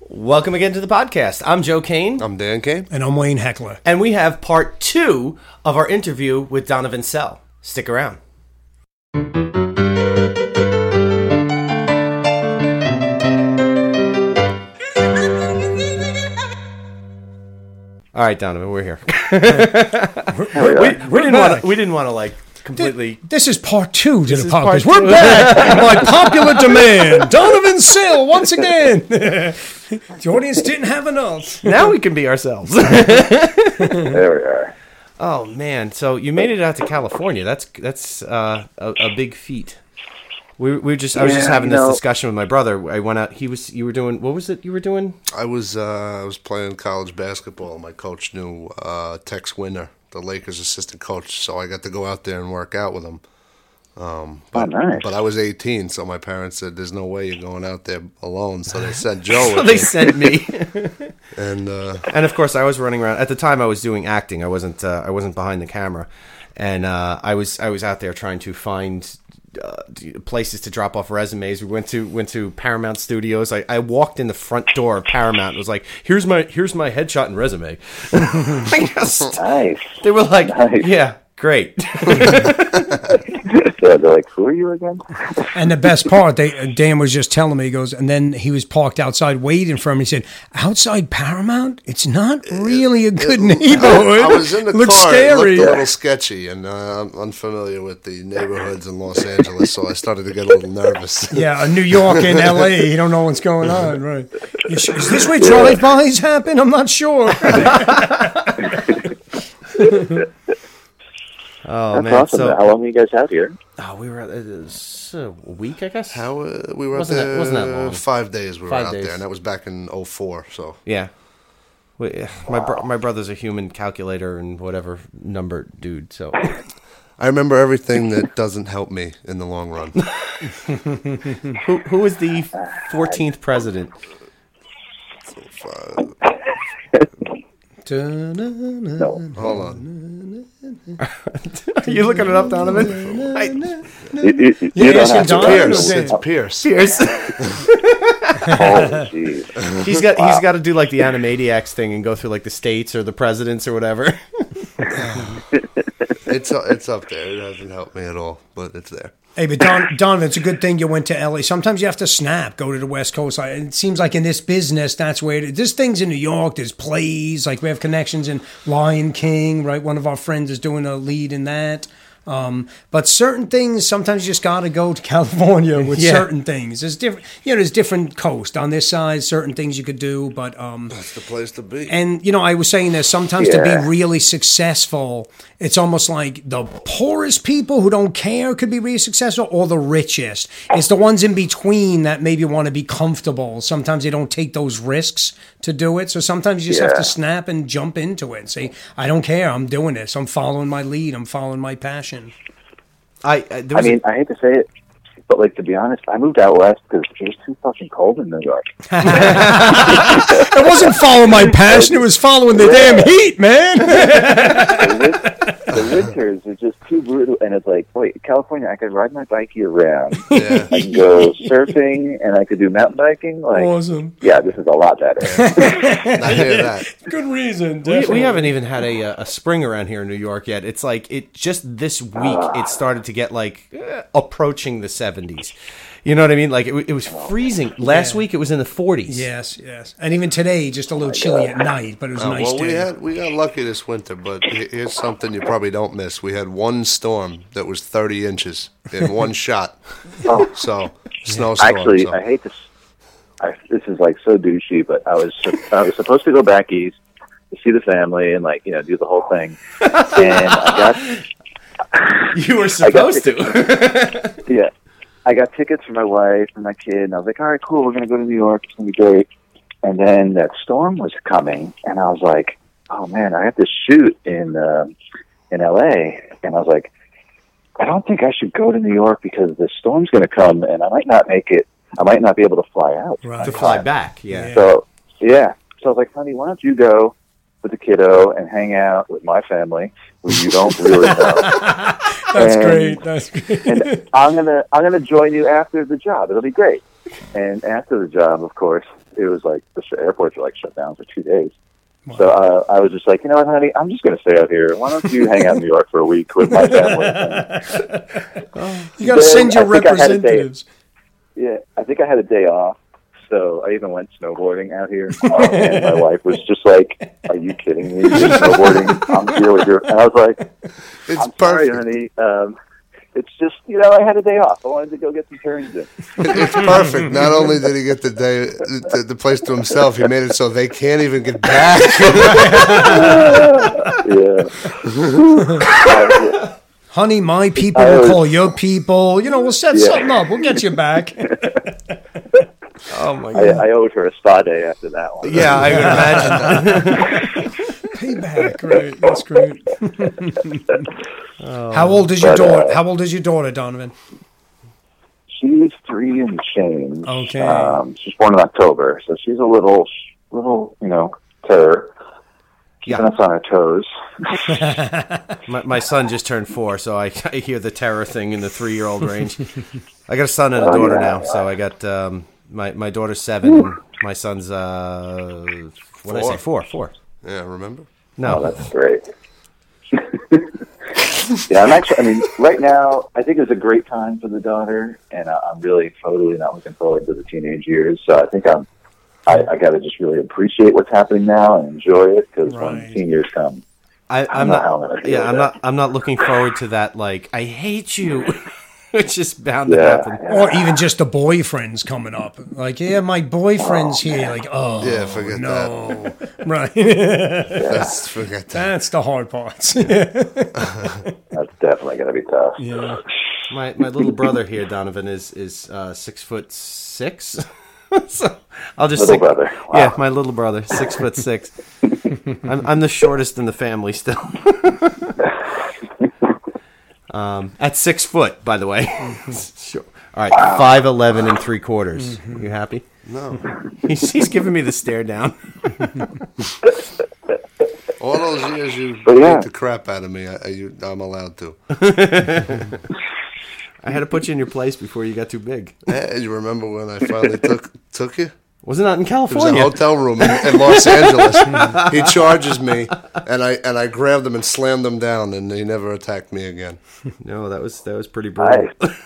Welcome again to the podcast. I'm Joe Kane, I'm Dan Kane. And I'm Wayne Heckler. and we have part two of our interview with Donovan Sell. Stick around. All right, Donovan, we're here. we, we didn't want back. to. We didn't want to like completely. This is part two to the is part podcast. We're two. back by popular demand. Donovan Sill once again. the audience didn't have enough. now we can be ourselves. There we are. oh man! So you made it out to California. That's that's uh, a, a big feat. We, we were just I was just Yeah, having you this know- discussion with my brother. I went out. He was you were doing what was it you were doing? I was uh, I was playing college basketball. My coach knew uh, Tex Winner, the Lakers' assistant coach, so I got to go out there and work out with him. Um, Oh, nice. But I was 18, so my parents said, "There's no way you're going out there alone." So they sent Joe. So with they me. sent me. and uh, and of course, I was running around at the time. I was doing acting. I wasn't. Uh, I wasn't behind the camera, and uh, I was. I was out there trying to find uh, d- places to drop off resumes. We went to went to Paramount Studios. I, I walked in the front door of Paramount. and Was like, here's my here's my headshot and resume. I just- Nice. they were like, Nice. yeah, great. So they're like, who are you again? And the best part, they, uh, Dan was just telling me, he goes, and then he was parked outside waiting for him. He said, Outside Paramount? It's not really a good neighborhood. Uh, I was in the Looks car. scary. It looked a little sketchy, and uh, I'm unfamiliar with the neighborhoods in Los Angeles, so I started to get a little nervous. Yeah, uh, New York and L.A. You don't know what's going on, right? You sh- Is this where drive-bys happen? I'm not sure. Oh That's Oh, man, awesome. so How long were you guys out here? oh, we were out- it was uh, a week, I guess. How, uh, we were Wasn't out that- there wasn't that long? five days. We were Five out days. there, and that was back in 04, So Yeah. We, My bro- my brother's a human calculator and whatever number dude. So I remember everything that doesn't help me in the long run. who who was the fourteenth president? uh, Mm-hmm. No. Hold on. Are you looking it up, Donovan? I, You, you, you Yeah, don't it's have in to. Don- Pierce. okay. It's Pierce. Pierce. Oh, jeez. he's got he's got to do like the Animaniacs thing and go through like the states or the presidents or whatever. It's uh, it's up there. It hasn't helped me at all, but it's there. Hey, but Don, Donovan, it's a good thing you went to L.A. Sometimes you have to snap, go to the West Coast. I- It seems like in this business, that's where it, this thing's in New York. There's plays, like we have connections in Lion King, right? One of our friends is doing a lead in that. Um, but certain things, sometimes you just got to go to California with Yeah. certain things. There's different, you know, there's different coast on this side. Certain things you could do, but um, It's the place to be. and you know, I was saying this sometimes to Yeah. be really successful, it's almost like the poorest people who don't care could be really successful, or the richest. It's the ones in between that maybe want to be comfortable. Sometimes they don't take those risks to do it. So sometimes you just have Yeah. to snap and jump into it and say, "I don't care. I'm doing this. I'm following my lead. I'm following my passion." I, I, there I was mean, I hate to say it, but like to be honest, I moved out west because it was too fucking cold in New York. It wasn't following my passion. It was following the damn heat, man. The, win- the winters are just too brutal, and it's like, wait, California, I could ride my bike year round. yeah. I can go surfing, and I could do mountain biking. Like, awesome. yeah, this is a lot better. I hear that. Good reason. We, we haven't even had a, uh, a spring around here in New York yet. It's like it just this week it started to get like eh, approaching the seventies. You know what I mean? Like it, wa- it was freezing last week. It was in the forties. Yes, yes. And even today, just a Oh little chilly at night, but it was a Uh, nice well, day. we had we got lucky this winter, but he- here's something you probably don't miss. We had one storm that was 30 inches in one shot. Oh. So snowstorm. Actually, so. I hate this. I, this is like so douchey, but I was I was supposed to go back east to see the family and like you know do the whole thing, and I got You were supposed it. to. yeah, I got tickets for my wife and my kid, and I was like, all right, cool, we're gonna go to New York, it's gonna be great. And then that storm was coming, and I was like, oh man, I have to shoot in uh, in L.A. And I was like, I don't think I should go to New York because the storm's gonna come, and I might not make it. I might not be able to fly out. Right. to fly back. Yeah. So yeah. So I was like, honey, why don't you go with the kiddo and hang out with my family who you don't really know? That's And- great. That's great. and I'm gonna I'm gonna join you after the job. It'll be great. And after the job, of course, it was like the airports were like shut down for two days. So uh, I was just like, you know what, honey, I'm just going to stay out here. Why don't you hang out in New York for a week with my family? You got to Then send your I think I had a date. representatives. Yeah, I think I had a day off, so I even went snowboarding out here. Oh, and my wife was just like, "Are you kidding me? You're snowboarding? I'm here with your." And I was like, It's "I'm sorry, perfect. honey. Um, it's just you know, I had a day off. I wanted to go get some turns in." It's perfect. Not only did he get the day, the, the place to himself, he made it so they can't even get back. Yeah, Uh, Honey, my people I will was- call your people. You know, we'll set Oh. Yeah. something up. We'll get you back. Oh my I, I owed her a spa day after that one. Yeah, I would imagine. Payback, right? That's great. How old is your But, uh, daughter? How old is your daughter, Donovan? she's three and change. Okay. um, she's born in October, so she's a little, little, you know, terror. Yeah. Keeping us on our toes. My, my son just turned four, so I, I hear the terror thing in the three year old range. I got a son and a Oh, daughter yeah. now, so I got um, my my daughter's seven, and my son's uh, what did I say Four. four four. yeah, remember? No, Oh, that's great. yeah, I'm actually. I mean, right now, I think it's a great time for the daughter, and I, I'm really totally not looking forward to the teenage years. So I think I'm. I, I got to just really appreciate what's happening now and enjoy it because when Right. teen years come, I, I'm, I'm not. not having it. yeah, I'm not. I'm not looking forward to that. Like I hate you, which is bound to yeah, happen. yeah. Or even just the boyfriends coming up. Like, yeah, my boyfriend's here. Like, oh, Yeah, forget no. Right. Let's forget that. That's the hard part. Yeah. that's definitely going to be tough. Yeah. My my little brother here, Donovan, is is uh, six foot six. so I'll just Little say- brother. Wow. Yeah, my little brother, six foot six. I'm, I'm the shortest in the family still. um, at six foot, by the way. sure. All right, five eleven and three quarters. You happy? Mm-hmm. No. He's, he's giving me the stare down. All those years you But yeah. beat the crap out of me, I, I, you, I'm allowed to. I had to put you in your place before you got too big. Eh, you remember when I finally took took you? Wasn't that in It was a California? hotel room in, in Los Angeles. he charges me, and I and I grabbed him and slammed him down, and he never attacked me again. no, that was that was pretty brutal. I,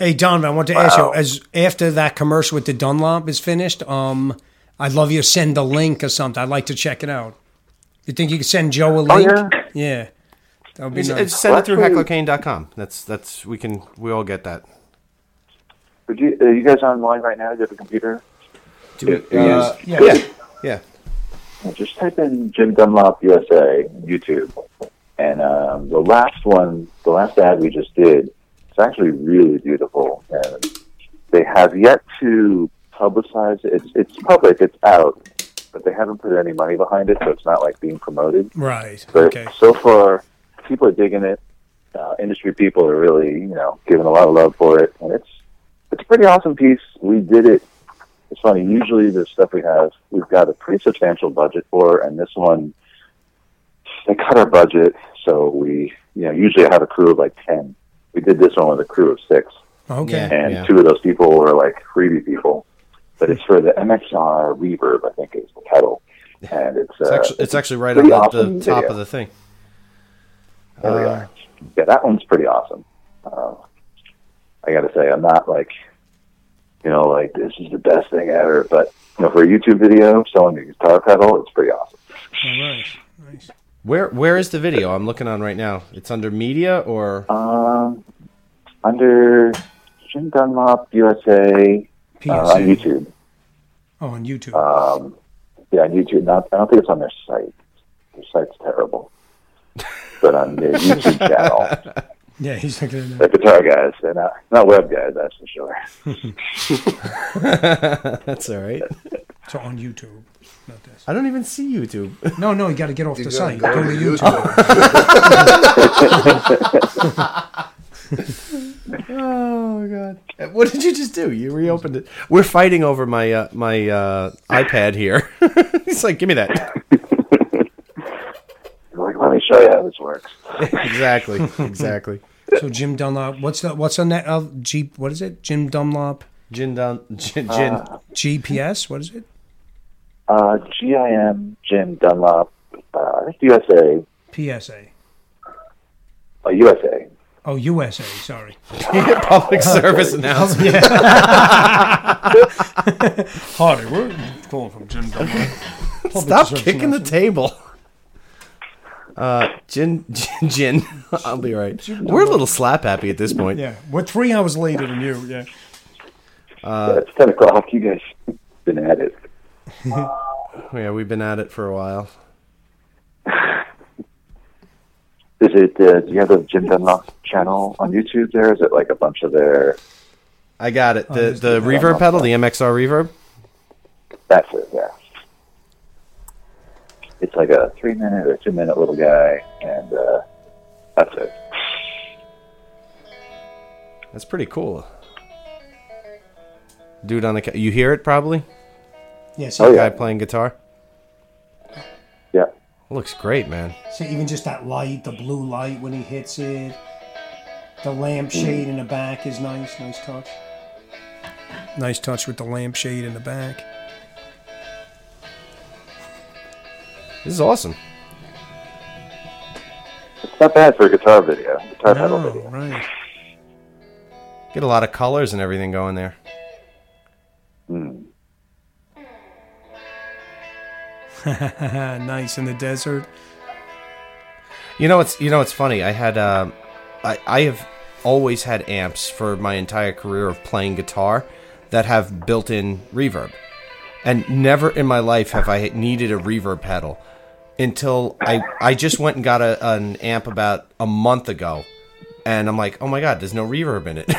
Hey Donovan, I want to ask Wow. you as after that commercial with the Dunlop is finished, um, I'd love you to send a link or something. I'd like to check it out. You think you could send Joe a link? yeah. Yeah. That would be It's- nice. it's- send it through Actually- hecklerkane.com. That's that's we can we all get that. would you, are you guys online right now? Do you have a computer? Do we, Yeah, yeah. uh, yeah, yeah. Just type in Jim Dunlop USA YouTube, and um, the last one, the last ad we just did, it's actually really beautiful, and they have yet to publicize it. It's, it's public, it's out, but they haven't put any money behind it, so it's not like being promoted. right. But Okay. so far, people are digging it. Uh, industry people are really, you know, giving a lot of love for it, and it's it's a pretty awesome piece. We did it. It's funny. Usually, the stuff we have, we've got a pretty substantial budget for, and this one, they cut our budget. So we, you know, usually I have a crew of like ten. We did this one with a crew of six, Okay. Yeah. and two of those people were like freebie people. But it's for the MXR Reverb, I think is the title, and it's It's uh, actually, it's actually right on pretty the, awesome the top video. of the thing. There we are. Uh, Yeah, that one's pretty awesome. Uh, I got to say, I'm not like, you know, like this is the best thing ever. But you know, for a YouTube video, selling a guitar pedal, it's pretty awesome. All right. Nice. Where where is the video? I'm looking on right now. It's under media or Um, under Jim Dunlop USA uh, on PSA. YouTube. Oh, on YouTube. Um, yeah, on YouTube. Not, I don't think it's on their site. Their site's terrible. But on their YouTube channel, yeah, he's not gonna know. they're guitar guys. They're not, not web guys, that's for sure. that's all right. So on YouTube. Not this. I don't even see YouTube. No, no, you gotta get off the gotta site. Go to YouTube. YouTube. oh god. What did you just do? You reopened it. We're fighting over my uh, my uh, iPad here. He's like, "Give me that." Like, let me show you how this works. exactly. Exactly. So Jim Dunlop, what's the what's on that uh, Jeep what is it? Jim Dunlop Gin down gin, gin GPS? What is it? Uh, GIM, Jim Dunlop, uh, that's USA, PSA. uh, USA. Oh, USA. Sorry. Uh. Public service announcement. Harder. We're calling from Jim Dunlop. Stop kicking the table. Uh, gin, gin, gin. I'll be right. We're a little slap happy at this point. Yeah, we're three hours later than you. Yeah. Uh, yeah, it's 10 o'clock. You guys been at it. Yeah, we've been at it for a while. Is it, uh, do you have the Jim Dunlop channel on YouTube there? Is it like a bunch of their, I got it. The there's the reverb pedal, the MXR reverb. that's it, yeah. It's like a three minute or two minute little guy, and uh, that's it. That's pretty cool. Dude on the ca- you hear it probably. Yeah. See, Oh, yeah. Guy playing guitar. Yeah. Looks great, man. see, even just that light, the blue light when he hits it, the lampshade in the back is nice. Nice touch. Nice touch with the lampshade in the back. This is awesome. It's not bad for a guitar video, guitar pedal No, video. Oh, right. Get a lot of colors and everything going there. nice in the desert. You know it's you know it's funny. I had um, I I have always had amps for my entire career of playing guitar that have built-in reverb, and never in my life have I needed a reverb pedal until I I just went and got a, an amp about a month ago, and I'm like, oh my god, there's no reverb in it.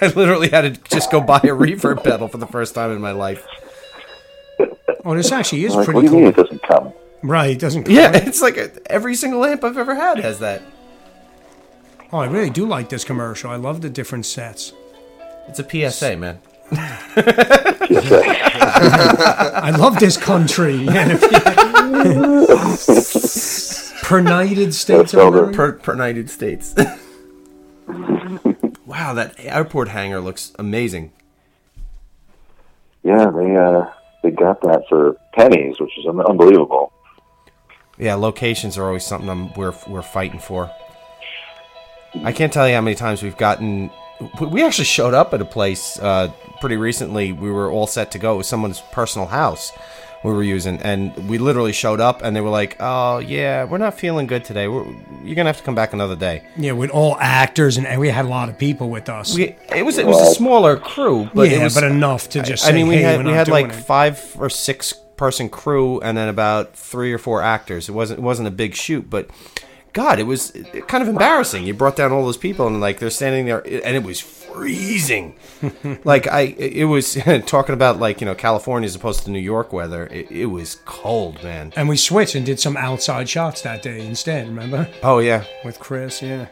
I literally had to just go buy a reverb pedal for the first time in my life. Oh, this actually is Like, what do pretty you mean cool. it doesn't come? Right, doesn't Yeah, it's like uh, every single amp I've ever had has that. Oh, I really do like this commercial. I love the different sets. It's a PSA, man. I love this country. Yeah. Pernited States of Over. America. per, per United States. wow, that airport hangar looks amazing. Yeah, they uh, they got that for pennies, which is un- unbelievable. Yeah, locations are always something I'm, we're we're fighting for. I can't tell you how many times we've gotten. we- We actually showed up at a place uh, pretty recently. We were all set to go. It was someone's personal house we were using, and we literally showed up, and they were like, "Oh yeah, we're not feeling good today. We're, you're gonna have to come back another day." Yeah, with all actors and, and we had a lot of people with us. We, it was it was a smaller crew, but yeah, it was but enough to just. I mean, we say, "Hey, we're had we not had doing like it." five or six person crew, and then about three or four actors. It wasn't it wasn't a big shoot, but God, it was kind of embarrassing. You brought down all those people, and like they're standing there, and it was freezing. like I, it was talking about like you know California as opposed to New York weather. It, it was cold, man. and we switched and did some outside shots that day instead. Remember Oh yeah, with Chris? Yeah.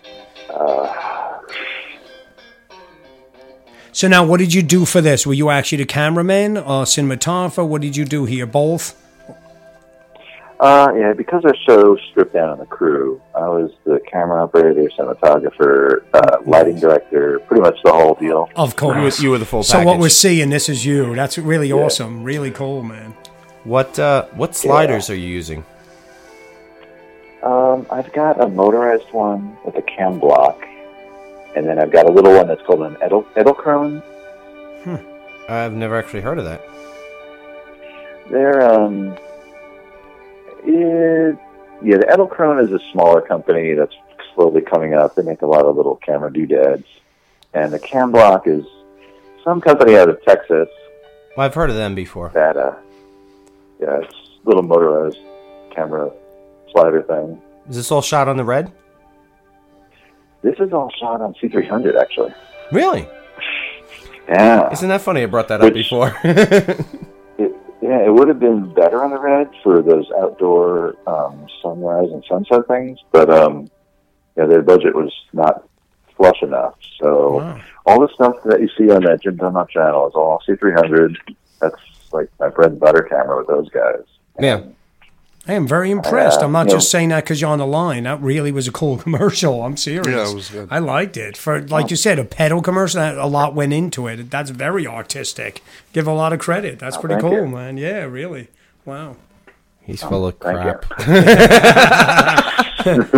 Uh. So now, what did you do for this? Were you actually the cameraman or cinematographer? What did you do here? Both. Uh, yeah, because they're so stripped down on the crew, I was the camera operator, cinematographer, uh, lighting director, pretty much the whole deal. Of you were, course. you were the full. so what package. we're seeing, this is you. That's really awesome. Really cool, man. what uh, what sliders are you using? Um, I've got a motorized one with a cam block, and then I've got a little one that's called an Edel- Edelkrone. I've never actually heard of that. They're um, it, yeah, the Edelkrone is a smaller company that's slowly coming up. They make a lot of little camera doodads, and the Cam Block is some company out of Texas Well, I've heard of them before. that uh, yeah, it's a little motorized camera slider thing. Is this all shot on the red? This is all shot on C300 actually. Really? Yeah, Isn't that funny? I brought that up Which- before. It, yeah, it would have been better on the red for those outdoor um, sunrise and sunset things, but um, yeah, their budget was not flush enough. So all the stuff that you see on that Jim Dunlop channel is all C300. That's like my bread and butter camera with those guys. yeah. I am uh, very impressed. I'm not Yeah. just saying that because you're on the line. That really was a cool commercial. I'm serious. Yeah, it was good. I liked it. For like you said, a pedal commercial. that- A lot Oh, went into it. That's very artistic. Give a lot of credit. That's pretty thank cool, you. man. Yeah, really. Wow. He's full of Thank you. crap.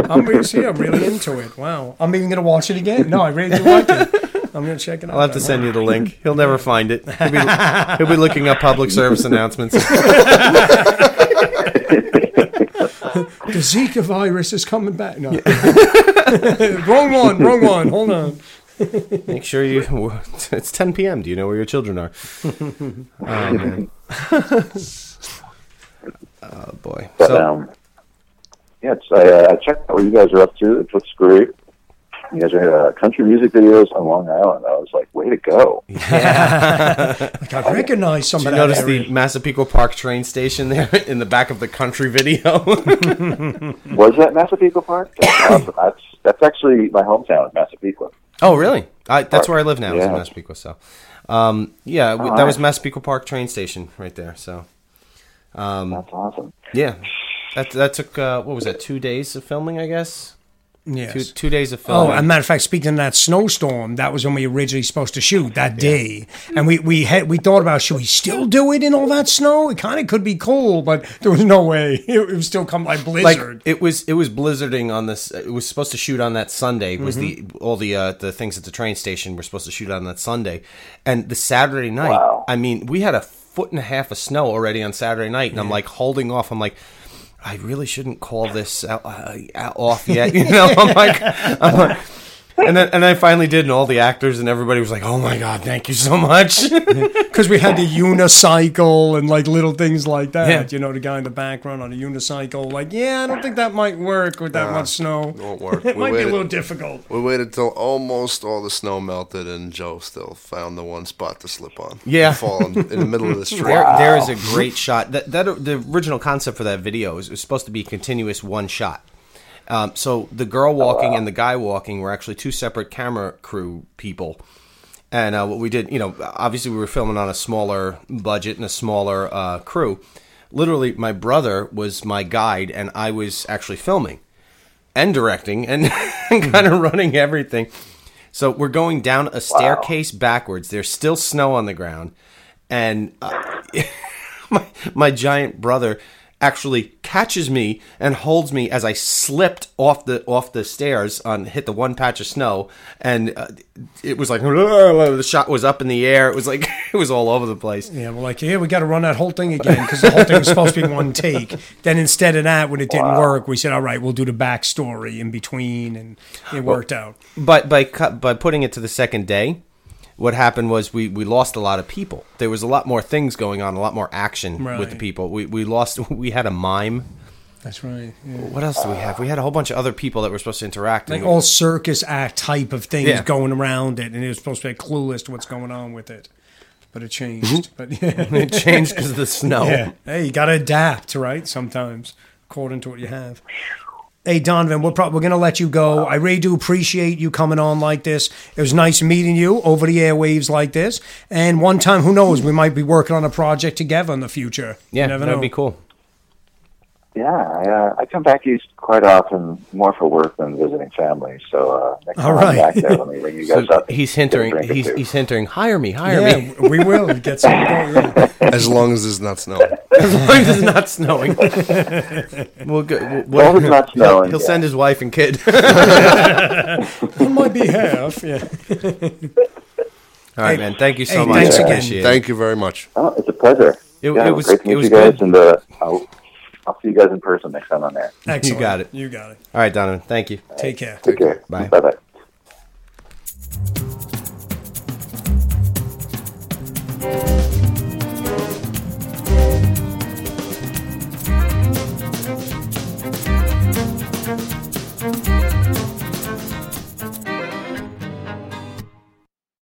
I'm really, see, I'm really into it. Wow. I'm even going to watch it again. No, I really do like it. I'm going to check it out. I'll have to send you the link. He'll never find it. He'll be, he'll be looking up public service announcements. The Zika virus is coming back. No. wrong one, wrong one. Hold on. Make sure you. It's 10 p.m. Do you know where your children are? Oh, man. oh boy. But So, um, yeah, it's, I, uh, I checked out what you guys are up to. It looks great. You guys are uh, country music videos on Long Island. I was like, way to go! Mm-hmm. Like, I recognize some you of that. notice area. the Massapequa Park train station there in the back of the country video. Was that Massapequa Park? That's awesome. That's that's actually my hometown, Massapequa. oh, really? I, that's where I live now. Is in Yeah. Massapequa. So, um, yeah, we, that was Massapequa Park train station right there. So, Mm. That's awesome. yeah, that that took uh, what was that? Two days of filming, I guess. Two Yes. two days of Oh, filming. as a matter of fact, speaking of that snowstorm, that was when we originally supposed to shoot that day, and we we had we thought about should we still do it in all that snow? It kind of could be cool, but there was no way it, it was still come like like blizzard. it was it was blizzarding on this it was supposed to shoot on that sunday was Mm-hmm. the all the uh, the things at the train station were supposed to shoot on that sunday and the saturday night Wow. i mean we had a foot and a half of snow already on saturday night and i'm like holding off i'm like i really shouldn't call this out, uh, out- off yet you know i'm like i'm like and then, and I finally did, and all the actors and everybody was like, "Oh my god, thank you so much." because we had the unicycle and like little things like that. Yeah. You know, the guy in the background on a unicycle. Like, yeah, I don't think that might work with that much snow. won't work. It We might be a waited- little difficult. We waited till almost all the snow melted, and Joe still found the one spot to slip on. Yeah. fall in, in the middle of the street. There, there is a great shot. That, that the original concept for that video is it was supposed to be continuous one shot. Um, so the girl walking and the guy walking were actually two separate camera crew people. And uh, what we did, you know, obviously we were filming on a smaller budget and a smaller uh, crew. Literally, my brother was my guide, and I was actually filming and directing and kind of running everything. So we're going down a staircase backwards. There's still snow on the ground, and uh, my my giant brother actually catches me and holds me as I slipped off the off the stairs on hit the one patch of snow, and uh, it was like the shot was up in the air. It was like it was all over the place. Yeah, we're like, yeah, we got to run that whole thing again because the whole thing was supposed to be one take. Then instead of that, when it didn't work, we said, all right, we'll do the backstory in between, and it worked out. But by cut by putting it to the second day, what happened was we, we lost a lot of people. There was a lot more things going on, a lot more action with the Right. people. We we lost. We had a mime. That's right. What else do we have? We had a whole bunch of other people that were supposed to interact. Like and- all circus act type of things Yeah. going around it, and it was supposed to be clueless to what's going on with it, but it changed. But yeah. Mm-hmm. it changed because of the snow. Yeah. Hey, you got to adapt, right? Sometimes, according to what you have. Hey, Donovan, we're, prob- we're going to let you go. I really do appreciate you coming on like this. It was nice meeting you over the airwaves like this. And one time, who knows, we might be working on a project together in the future. You Yeah, never that'd know. be cool. Yeah, I, uh, I come back east quite often, more for work than visiting family. So uh, next All time right. I'm back there, let me ring you guys So up. he's Get a hindering. drink or He's, two. he's hindering. Hire me. Hire me. Yeah, we will get some. yeah. As long as there's not snow. As long as it's not snowing. we'll go, we'll, long as it's not snowing, He'll yeah. send his wife and kid. It might be half. Yeah. All right, man. Thank you so hey, much. thanks I again. appreciate it. Thank you very much. oh, it's a pleasure. It- yeah, it was- great to meet it was you guys, good. and uh, I'll, I'll see you guys in person next time I'm there. Excellent. got it. You got it. All right, Donovan. Thank you. Take care. Take care. Bye. Bye bye.